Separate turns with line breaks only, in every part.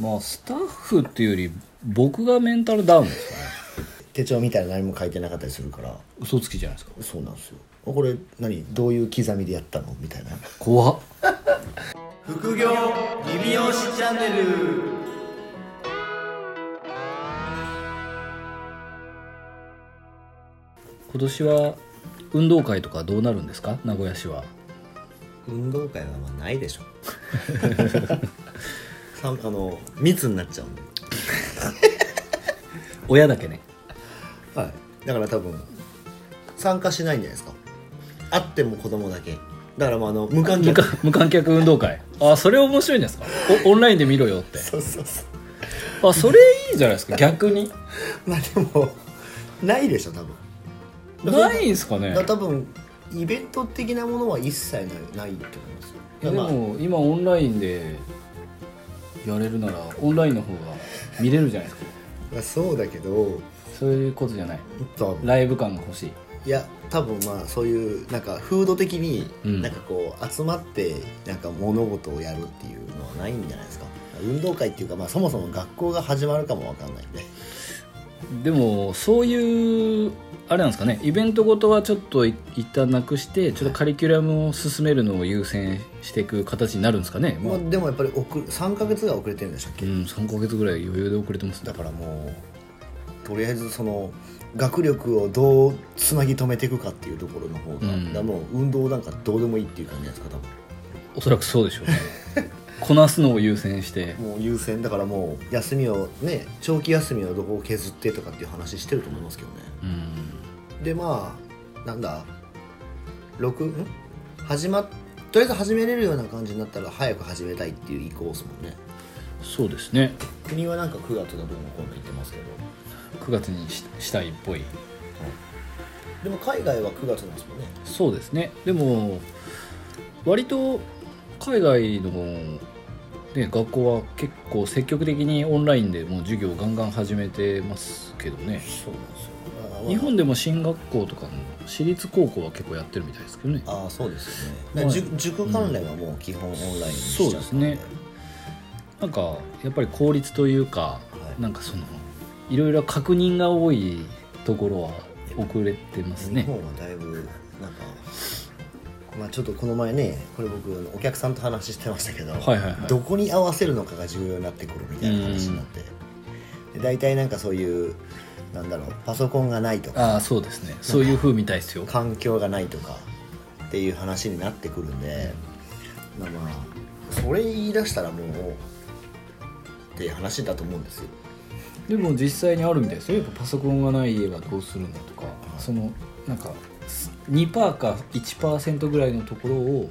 まあスタッフっていうより僕がメンタルダウンですかね
手帳見たら何も書いてなかったりするから
嘘つきじゃないですか
そうなんですよあこれ何どういう刻みでやったのみたいな
怖っ
副業リビオシチャンネル
今年は運動会とかどうなるんですか名古屋市は
運動会はまあないでしょ さあの密になっちゃうんで
親だけね
はいだから多分参加しないんじゃないですかあっても子供だけだからまああの無観
無
客
観無観客運動会あそれ面白いんじゃないですかおオンラインで見ろよって
そうそうそう
あそれいいじゃないですか逆に
まあでもないでしょ多分
ないんすか
だ
ね
から多分イベント的なものは一切ないないって思いますよ
いやで
まあ
も今オンラインでやれるならオンラインの方が見れるじゃないですか
まあそうだけど
そういうことじゃない
多分
ライブ感が欲しい
いや多分まあそういうなんか風土的に
うん
なんかこう集まってなんか物事をやるっていうのはないんじゃないですか運動会っていうか、まあ、そもそも学校が始まるかもわかんないんで
でもそういうあれなんですかねイベントごとはちょっとい一旦なくしてちょっとカリキュラムを進めるのを優先していく形になるんですかね、ま
ま
あ
あ、でもやっぱり遅3ヶ月が遅れてるんでしたっ
う
け、
ん、3ヶ月ぐらい余裕で遅れてますね
だからもうとりあえずその学力をどうつなぎ止めていくかっていうところの方が,、
うん
だからもう運動なんかどうでもいいっていう感じじゃないですか
おそらくそうでしょうね こなすのを優先して
多分もう優先だからもう休みをね長期休みをどこを削ってとかっていう話してると思いますけどね
うん
でまあなんだ6ん始まっとりあえず始めれるような感じになったら早く始めたいっていう意向ですもんね
そうですね
国はなんか9月がどうのこうの言ってますけど
9月にししたいっぽい
でも海外は9月なんですもんね
そうですねでも割と海外の、ね、学校は結構積極的にオンラインでもう授業をガンガン始めてますけどね
そうなんですよあ
日本でも進学校とかの私立高校は結構やってるみたいですけどね
ああそうですよね、
はい
だから塾塾関連はもう基本オンラインにしちゃった
そうで
ん
すねなんかやっぱり効率というか、
はい
なんかそのいろいろ確認が多いところは遅れてます
日
ね
本はだいぶなんかまあちょっとこの前ねこれ僕お客さんと話してましたけど、
はいはいはい
どこに合わせるのかが重要になってくるみたいな話になってで大体なんかそういうなんだろうパソコンがないとか
ああそうですねそういう風みたいですよ
環境がないとかっていう話になってくるんでまあまあそれ言い出したらもうっていう話だと思うんですよ
でも実際にあるみたいですよやっぱパソコンがない家はどうするんだとか、そのなんか2%か1%ぐらいのところを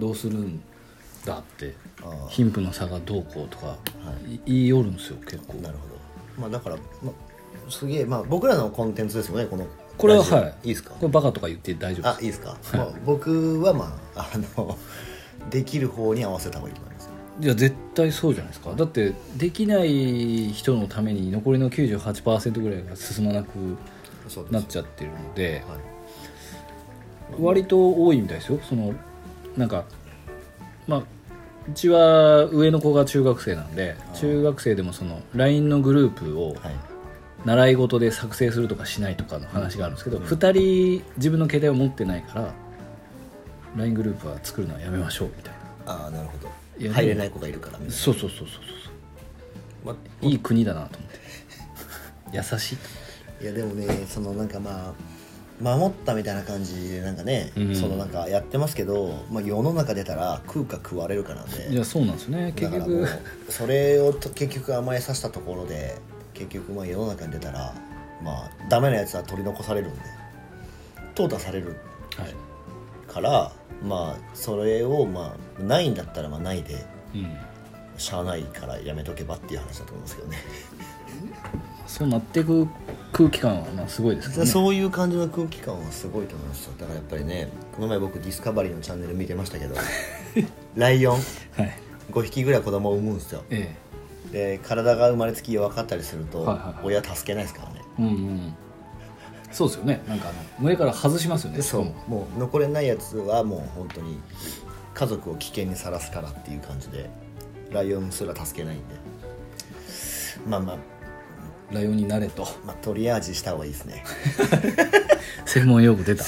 どうするんだって
ああ
貧富の差がどうこうとか、、
はい
言いよるんですよ結構
なるほど。まあだから、まあ、すげえ、まあ僕らのコンテンツですもんね、この。
これは
ラジオ
はい
いですか
これバカとか言って大丈夫
あ
で、す
いいですか。まあ僕はまあ、あの、 できる方に合わせた方がいいと思います。
いや絶対そうじゃないですかだってできない人のために残りの98%ぐらいが進まなく
そう
なっちゃってるので、
はい。
割と多いみたいですよそのなんかまあうちは上の子が中学生なんで中学生でもその LINE のグループを
はい。
習い事で作成するとかしないとかの話があるんですけど、2人自分の携帯を持ってないから LINE グループは作るのはやめましょうみたいな
ああ、なるほ
いや
ど。入れない子がいるからみたい
そうそうそうそうそう
な。ま
そういい国だなと思って優しい
いやでもね、そのなんかまあ、守ったみたいな感じでなんかね、
うん
そのなんかやってますけど、まあ、世の中出たら食うか食われるかなんで
いやそうなんですよね
だ
結
からもう
局
それをと結局甘えさせたところで結局まあ世の中に出たらまあダメなやつは取り残されるんで淘汰される
はい
からまあそれをまあないんだったらまあないで
うん
しゃあないからやめとけばっていう話だと思うんですけどね
そうなっていく空気感はまあすごいですけどね
そういう 感じの空気感はすごいと思いますだからやっぱりねこの前僕ディスカバリーのチャンネル見てましたけ どライオン
はい
5匹ぐらい子供を産むんですよ
え
で体が生まれつき弱かったりすると
はいはいはい
親助けないですからね
えうんうんそうですよねなんかあの胸から外しますよね
でそう
しかも
もう残れないやつはもう本当に家族を危険にさらすからっていう感じでライオンすら助けないんでまあまあ、
ライオンになれと
まあ、トリアージした方がいいですね
専門用語出た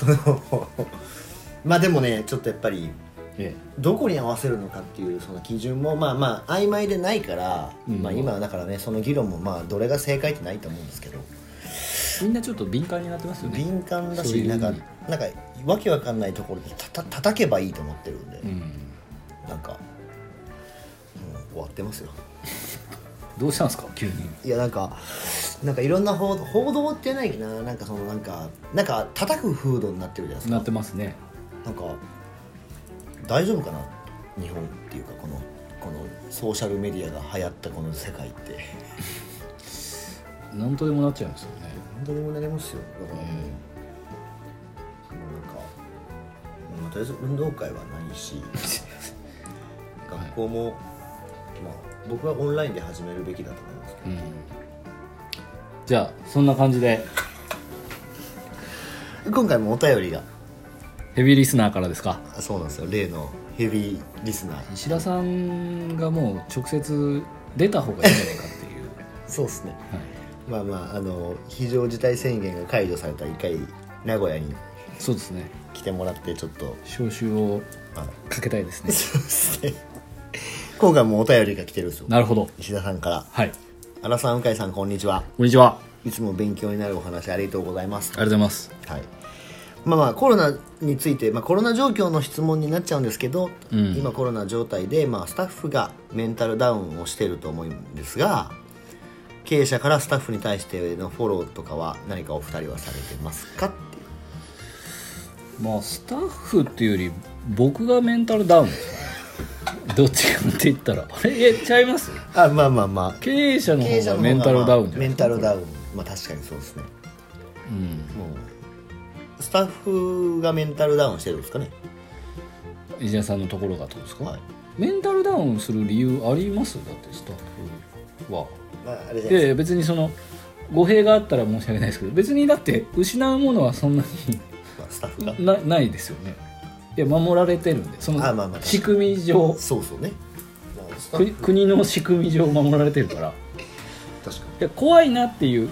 まあでもねちょっとやっぱり
え
どこに合わせるのかっていうその基準もまあまあ曖昧でないから、
うん
まあ、今はだからねその議論もまあどれが正解ってないと思うんですけど
えみんなちょっと敏感になってますよね
敏感だ
そう
し
いう
なんか
意味
なんかわけわかんないところでたた叩けばいいと思ってるんで、
うん
なんか、うん、終わってますよ
どうしたんですか急に
いやなんかなんかいろんな報道報道ってないけどななんかそのなんかなんか叩く風土になってるじゃないです
な
か
ってますね
なんか大丈夫かな日本っていうかこのこのソーシャルメディアが流行ったこの世界って
なんとでもなっちゃいますよね
本当にもなりますよだからもう、
うん
そのなんか、まあ、とりあえず運動会はない し学校も、まあ、僕はオンラインで始めるべきだと思いますけど
うんじゃあそんな感じで
今回もお便りが
ヘビーリスナーからですか
あそうなんですよ例のヘビーリスナー
石田さんがもう直接出た方がいいんじゃないかっていう、
そうですね
はい、
まあまああの非常事態宣言が解除された一回名古屋に
そうですね
来てもらってちょっと
招集を
あの
かけたいですね
そうですね今回もお便りが来てるんですよ
なるほど
石田さんから
はい
「荒さん鵜飼さんこんにちは
こんにちはあ
いつも勉強になるお話ありがとうございます
り」がとうございます
はいまあまあコロナについて、まあ、コロナ状況の質問になっちゃうんですけど、
うん
今コロナ状態で、まあ、スタッフがメンタルダウンをしていると思うんですが経営者からスタッフに対してのフォローとかは何かお二人はされてますかっていう
まあスタッフっていうより僕がメンタルダウンですかねどっちかって言ったらあれえちゃいます
あまあまあまあ
経営者の
経営
方
者
が
の
メンタルダウンじゃな
メ
い
ンタルダウンまあ確かにそうですね
うん
もうスタッフがメンタルダウンしてるんですかね
石田さんのところがどうですか、
はい
メンタルダウンする理由ありますだってスタッフは
まああれじゃない
いやい
で
や別にその語弊があったら申し訳ないですけど別にだって失うものはそんな
すか、まあ、スタッフが
になないですよねいや守られてるんでそ
あまあま
の
あ
仕組み上
そうそうねまあスタッ
国
フ
国の仕組み上守られてるからい
確か
や怖いなっていう
に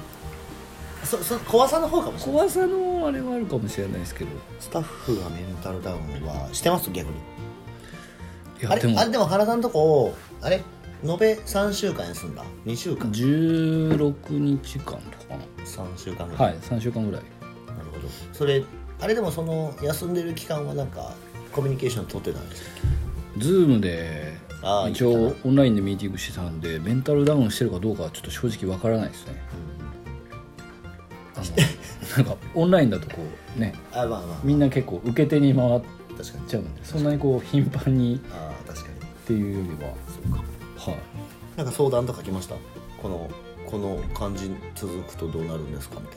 そそ怖さの方かもしれな
怖
い
さのあれはあるかもしれないですけどい
スタッフがメンタルダウンはしてます逆にあ
や
れ
でも
あれでも原さんとこあれ延べ3週間休んだ2週間
16日間とか
3週間ぐ
な
ら、
はいい3週間ぐらい
なるほどそれあれでもその休んでる期間はなんかコミュニケーション取ってたんですか
ズームで
あー
一
言っ
応
て
オンラインでミーティングしてたんでメンタルダウンしてるかどうかはちょっと正直わからないですねあ のなんかオンラインだとこうね
あまあまあ
みんな結構受け手に回っ
確かに
ちゃうんでそんなにこう頻繁にっ
ああ確かに
ていうよりは
そうか
はい
なんか相談とか来ましたこのこの感じ続くとどうなるんですかみたい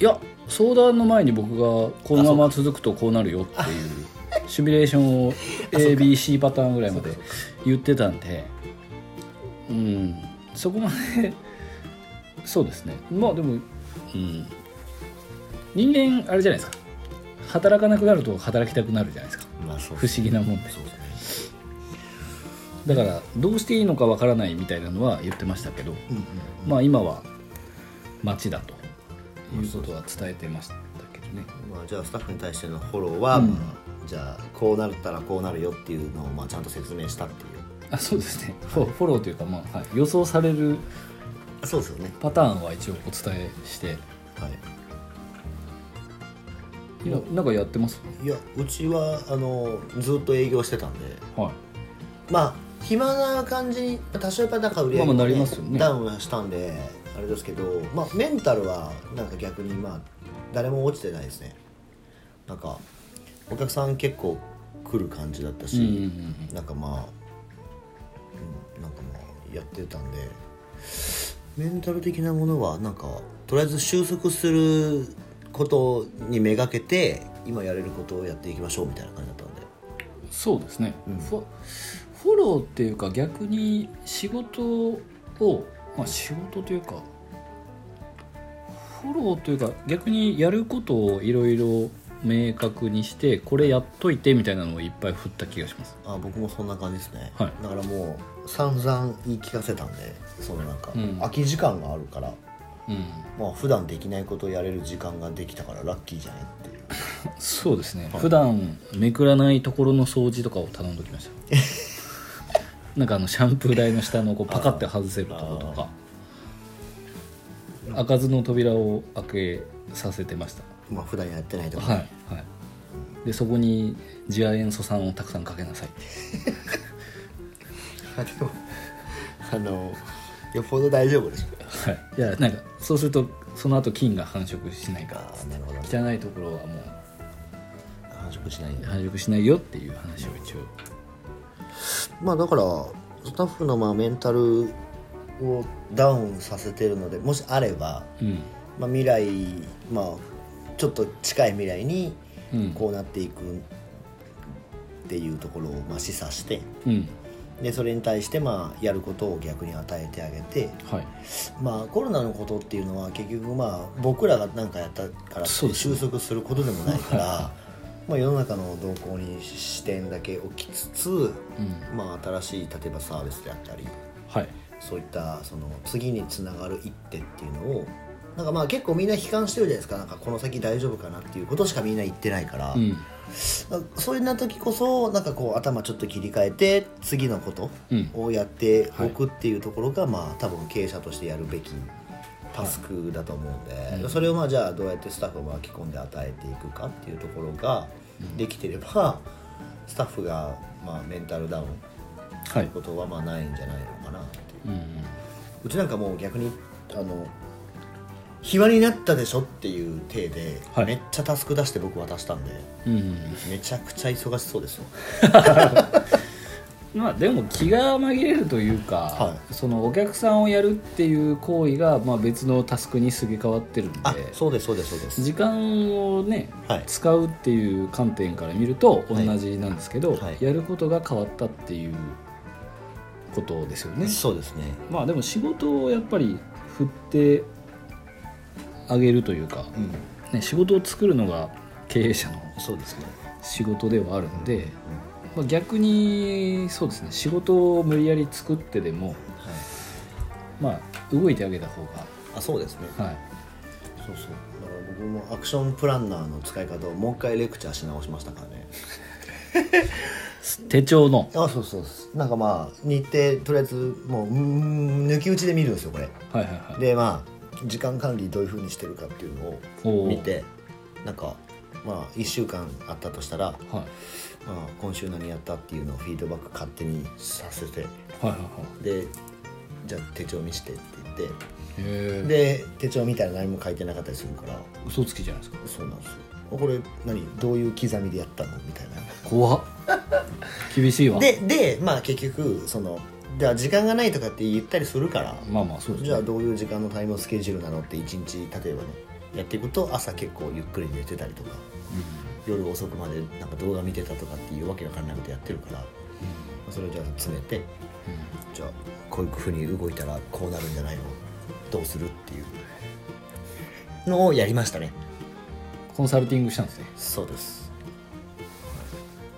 いや相談の前に僕がこのまま続くとこうなるよっていうシミュレーションを ABC パターンぐらいまで言ってたんでうんそこまでそうですねまあでも、うん、人間あれじゃないですか働かなくなると働きたくなるじゃないですか
なまあそう
不思議なもんで
そうですね
だからどうしていいのかわからないみたいなのは言ってましたけど、
うんうん
まあ今は街だということは伝えてましたけどね
まあ、じゃあスタッフに対してのフォローは、
うん
まあじゃあこうなったらこうなるよっていうのをまあちゃんと説明したっていう
あそうですねフォフォローというか、まあはい、予想される
そうですよね
パターンは一応お伝えして
はい
今なんかやってます
いやうちはあのずっと営業してたんで
は
まあ暇な感じに多少やっぱなんか売り上
ま
げ
あま
が
あな
ね
りますよね
ダウンはしたんであれですけど、まあ、メンタルはなんか逆にまあ誰も落ちてないですねなんかお客さん結構来る感じだった
い、
し、
うんうん
なんかまあ、うん、なんかまあやってたんでメンタル的なものはなんかとりあえず収束することにめがけて今やれることをやっていきましょうみたいな感じだったんで
うん、そうですね、
うん
フォフォローっていうか逆に仕事を、まあ、仕事というかフォローというか逆にやることをいろいろ明確にしてこれやっといてみたいなのをいっぱい振った気がします
あ僕もそんな感じですね、
はい
だからもう散々言い聞かせたんでそのなんか、
うん
空き時間があるから
うん
まあ普段できないことをやれる時間ができたからラッキーじゃねっていう
そうですね、普段めくらないところの掃除とかを頼んでおきました なんかあのシャンプー台の下のこうパカって外せるとことか開かずの扉を開けさせてました
まあ普段やってないとか、
はいはいでそこに次亜塩素酸をたくさんかけなさいって
あでも あのよっぽど大丈夫です
はいいやなんかそうするとその後菌が繁殖しないから
ああなるほど
汚いところはも
繁殖しないん
う
だ
繁殖しないよっていう話を一応
まあだからスタッフのまあメンタルをダウンさせてるのでもしあれば、
うん
まあ、未来まあちょっと近い未来に
うん
こうなっていくっていうところをまあ示唆して
うん
でそれに対してまあやることを逆に与えてあげて
はい
まあコロナのことっていうのは結局まあ僕らが何かやったからって
そうですね
収束することでもない から、まあ世の中の動向に視点だけ置きつつ、
うん
まあ新しい例えばサービスであったり
はい
そういったその次につながる一手っていうのをなんかまあ結構みんな悲観してるじゃないですかなんかこの先大丈夫かなっていうことしかみんな言ってないから、
うん
そういうな時こそなんかこう頭ちょっと切り替えて次のこと
うん
をやっておくっていうところが、まあ多分経営者としてやるべきタスクだと思うんで、それをまあじゃあどうやってスタッフを巻き込んで与えていくかっていうところができてれば、スタッフがまあメンタルダウン
は
とい
いう
ことはまあないんじゃないのかなってい
う
う。
ん
うちなんかもう逆にあの暇になったでしょっていう体で、
はい
めっちゃタスク出して僕渡したんで
うんうん
めちゃくちゃ忙しそうですよ
まあでも気が紛れるというか、
は
そのお客さんをやるっていう行為が、まあ、別のタスクにすげ替わってるんで
あそうですそうですそうです
時間をね
はい
使うっていう観点から見ると同
はい
じなんですけど、
はい
やることが変わったっていうことですよね。
そうですね
まあでも仕事をやっぱり振ってあげるというか、
うん
ね、仕事を作るのが経営者の
そうですね
仕事ではあるんで、まあ、逆にそうですね仕事を無理やり作ってでも、
はい
まあ、動いてあげた方
あそうですね
が、はい、
そうそうだから僕もアクションプランナーの使い方をもう一回レクチャーし直しましたからね
手帳の、
あそうそうそうなんかまあ日程とりあえずもううーん抜き打ちで見るんですよこれ
はいはいはい、
でまあ時間管理どういうふうにしてるかっていうの
お
を
ー
見てなんかまあ1週間あったとしたら、ま
はい、
あ、今週何やったっていうのをフィードバック勝手にさせて
はいはいはい
でじゃあ手帳見してって言っ
へ
て
え
で手帳見たら何も書いてなかったりするから
嘘つきじゃないですか
そうなんですよあこれ何どういう刻みでやったのみたいな
怖っ 厳しいわ
ででまあ結局そのじゃあ時間がないとかって言ったりするから
まあまあそうですね
じゃあどういう時間のタイムスケジュールなのって1日例えばねやっていくと朝結構ゆっくり寝てたりとか夜遅くまでなんか動画見てたとかっていうわけわかんないことやってるから、まあそれをじゃあ詰めてじゃあこういうふうに動いたらこうなるんじゃないのどうするっていうのをやりましたね
コンサルティングしたんですね
そうです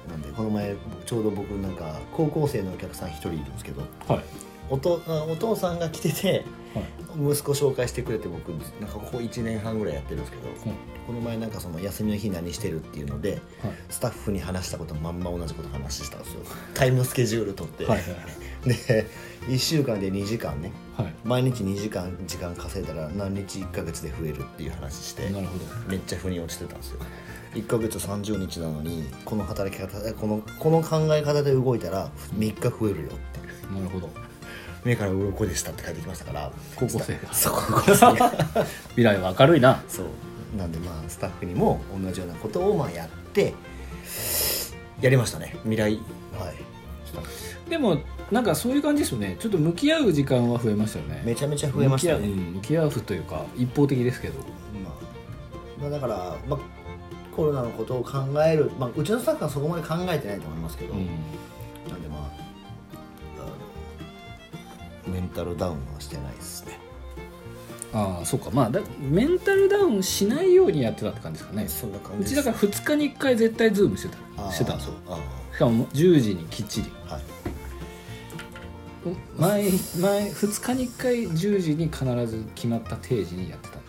なんでこの前ちょうど僕なんか高校生のお客さん1人いるんですけど
はい
おとあお父さんが来てて
はい
息子紹介してくれて僕なんかここ1年半ぐらいやってるんですけど、この前なんかその休みの日何してるっていうので、スタッフに話したことまんま同じこと話したんですよタイムスケジュール取って、
はいはい
で1週間で2時間ね
はい、は
毎日2時間時間稼いだら何日1ヶ月で増えるっていう話して
い、なるほど
めっちゃ腑に落ちてたんですよ1ヶ月30日なのにこの働き方このこの考え方で動いたら3日増えるよって
なるほど
目から鱗でしたって帰ってきましたから
高校生が
そう高校生が
未来は明るいな
そうなんでまあスタッフにも同じようなことをまあやってやりましたね未来はい
でもなんかそういう感じですよねちょっと向き合う時間は増えましたよね
めちゃめちゃ増えました
向き合う
ね、
うん向き合うというか一方的ですけど
まあ、まあだから、まあ、コロナのことを考える、まあ、うちのスタッフはそこまで考えてないと思いますけど、なんでまああのメンタルダウンはしてないですね
ああそうかまあだメンタルダウンしないようにやってたって感じですかね
そんな感
う
じ
ちだから2日に1回絶対ズームしてたしてたんです
そ
よ
うあ
しかも10時にきっちり
あはい
毎毎2日に1回10時に必ず決まった定時にやってたんで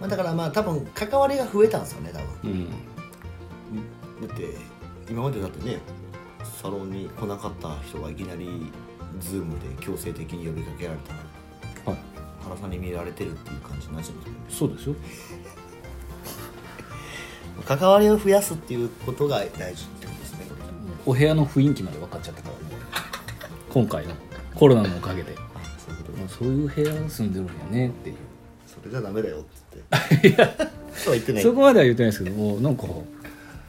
まあ、だからまあ多分関わりが増えたんですよね多
うん
分だって今までだってねサロンに来なかった人がいきなりズームで強制的に呼びかけられたら
はい
原さんに見られてるっていう感じになっちゃうんですよね
そうですよ
関わりを増やすっていうことが大事ってことですねこれ
お部屋の雰囲気まで分かっちゃったからね今回のコロナのおかげで
あそういうこと
まあそういう部屋に住んでるんやねっていう
それじゃダメだよっつって そうは言ってない
そこまでは言ってないですけどもうなんか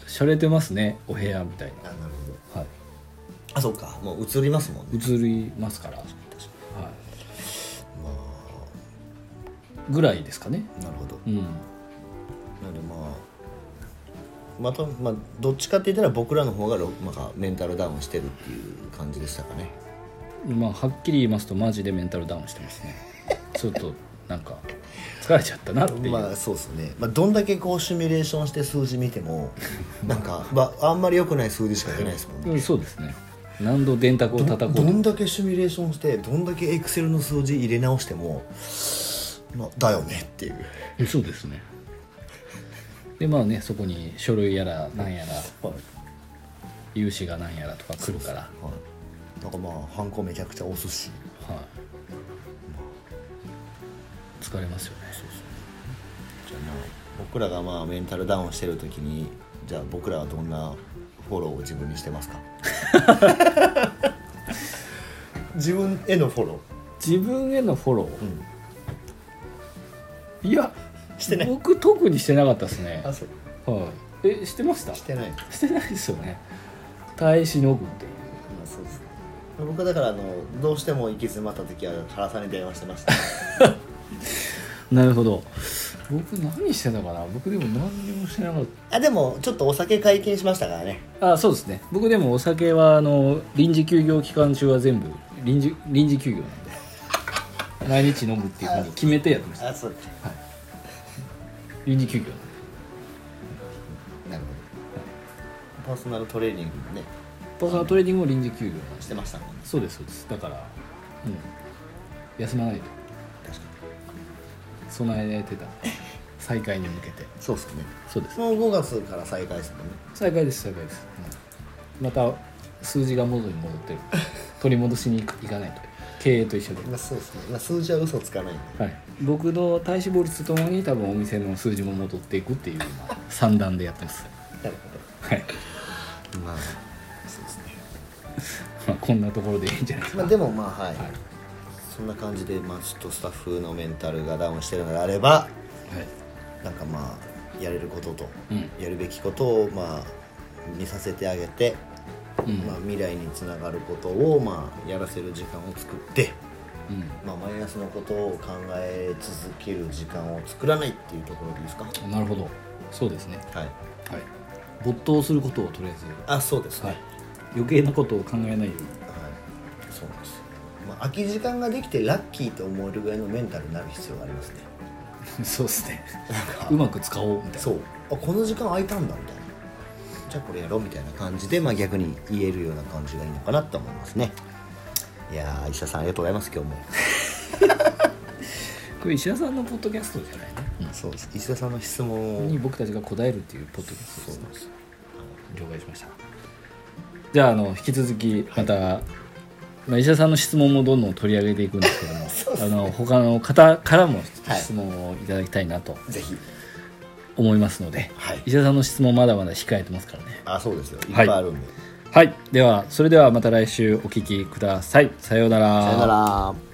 洒落てますねお部屋みたい
あなるほど
なは
あそうかもう映りますもん
い
ね
移りますから、はい、
ま
ぐらいですかね
あなるほど
うん
なのでまあまた、まあ、どっちかって言ったら僕らの方がろなんかメンタルダウンしてるっていう感じでしたかね
まあはっきり言いますとマジでメンタルダウンしてますねちょっとなんか疲れちゃったなっていう、
まあそうですね、まあ、どんだけこうシミュレーションして数字見て もなんか、まあ、あんまり良くない数字しか出ないですもんね
うんそうですね何度電卓を
ど
叩こ
ど
うと
んだけシミュレーションしてどんだけエクセルの数字入れ直しても、まあ、だよねっていう
そうですねでまあねそこに書類やらなんやら
はい、
融資がなんやらとか来るから
はい、なんかまあハンコめちゃくちゃ押すし
はい疲れますよね
じゃあまあ僕らがまあメンタルダウンしてる時にじゃあ僕らはどんなフォローを自分にしてますか 自分へのフォロ
自分へのフォロ
ー、うん、
ーいや
してない
僕特にしてなかったですね
あそう
はいえしてました
してない、ま
してないですよね耐え忍ぶっていう
あ、そうです僕はだからあのどうしても行き詰まった時は原さんに電話してました
なるほど僕何してたかな僕でも何にもしてなかっ
あでもちょっとお酒解禁しましたからね
たあそうですね僕でもお酒はあの臨時休業期間中は全部臨時臨時休業なんで毎日飲むっていうふうに決めてやってました
あそう
臨時休業なんで
なるほどパーソナルトレーニングね
パーソナルトレーニングも臨時休業なんで
してましたもんね
そうですそうですだからうん休まないと
確か
備えられ てた再開に向けて
にそうっすね
そうです
もう5月から再開ですもんね
再開です再開です、うんまた数字が元に戻 ってる取り戻しに行かないと経営と一緒で、
まあそうですね、まあ、数字は嘘つかないんで
はい、僕の体脂肪率とともに多分お店の数字も戻っていくっていう今三段でやってます
なる
はい、
ほどまあそうですね
まあ、こんなところでいいんじゃないです
ま
か
あでもまあはい、そんな感じでまあちょっとスタッフのメンタルがダウンしてるのであれば
はい
なんかまあやれることと、
うん
やるべきことをまあ見させてあげて、
うん
まあ、未来につながることをまあやらせる時間を作って、
う
まあ、マイナスのことを考え続ける時間を作らないっていうところでいいですか
んなるほどそうですね
はい
はい没頭することをとりあえず
あそうですね、
はい、余計なことを考えないように
はい、そうなんですよ、まあ、空き時間ができてラッキーと思えるぐらいのメンタルになる必要があります ね
そうですねうまく使おうみたいな
そうあこの時間空いたんだみたいなじゃあこれやろうみたいな感じで、まあ、逆に言えるような感じがいいのかなと思いますねいやー石田さんありがとうございます今日も
これ石田さんのポッドキャストじゃないね、
そうです石田さんの質問
に
を
僕たちが答えるっていうポッドキャスト
そ
で
う
す
なんですよ
了解しましたじゃああの引き続きまた、まあ、石田さんの質問もどんどん取り上げていくんですけども、 あの他の方からも
はい
質問をいただきたいなと
ぜひ
思いますので、
はい
石田さんの質問まだまだ控えてますからね
あそうですよいっぱ
はい
いあるんで、
はいではそれではまた来週お聞きくださいさよう
さよなら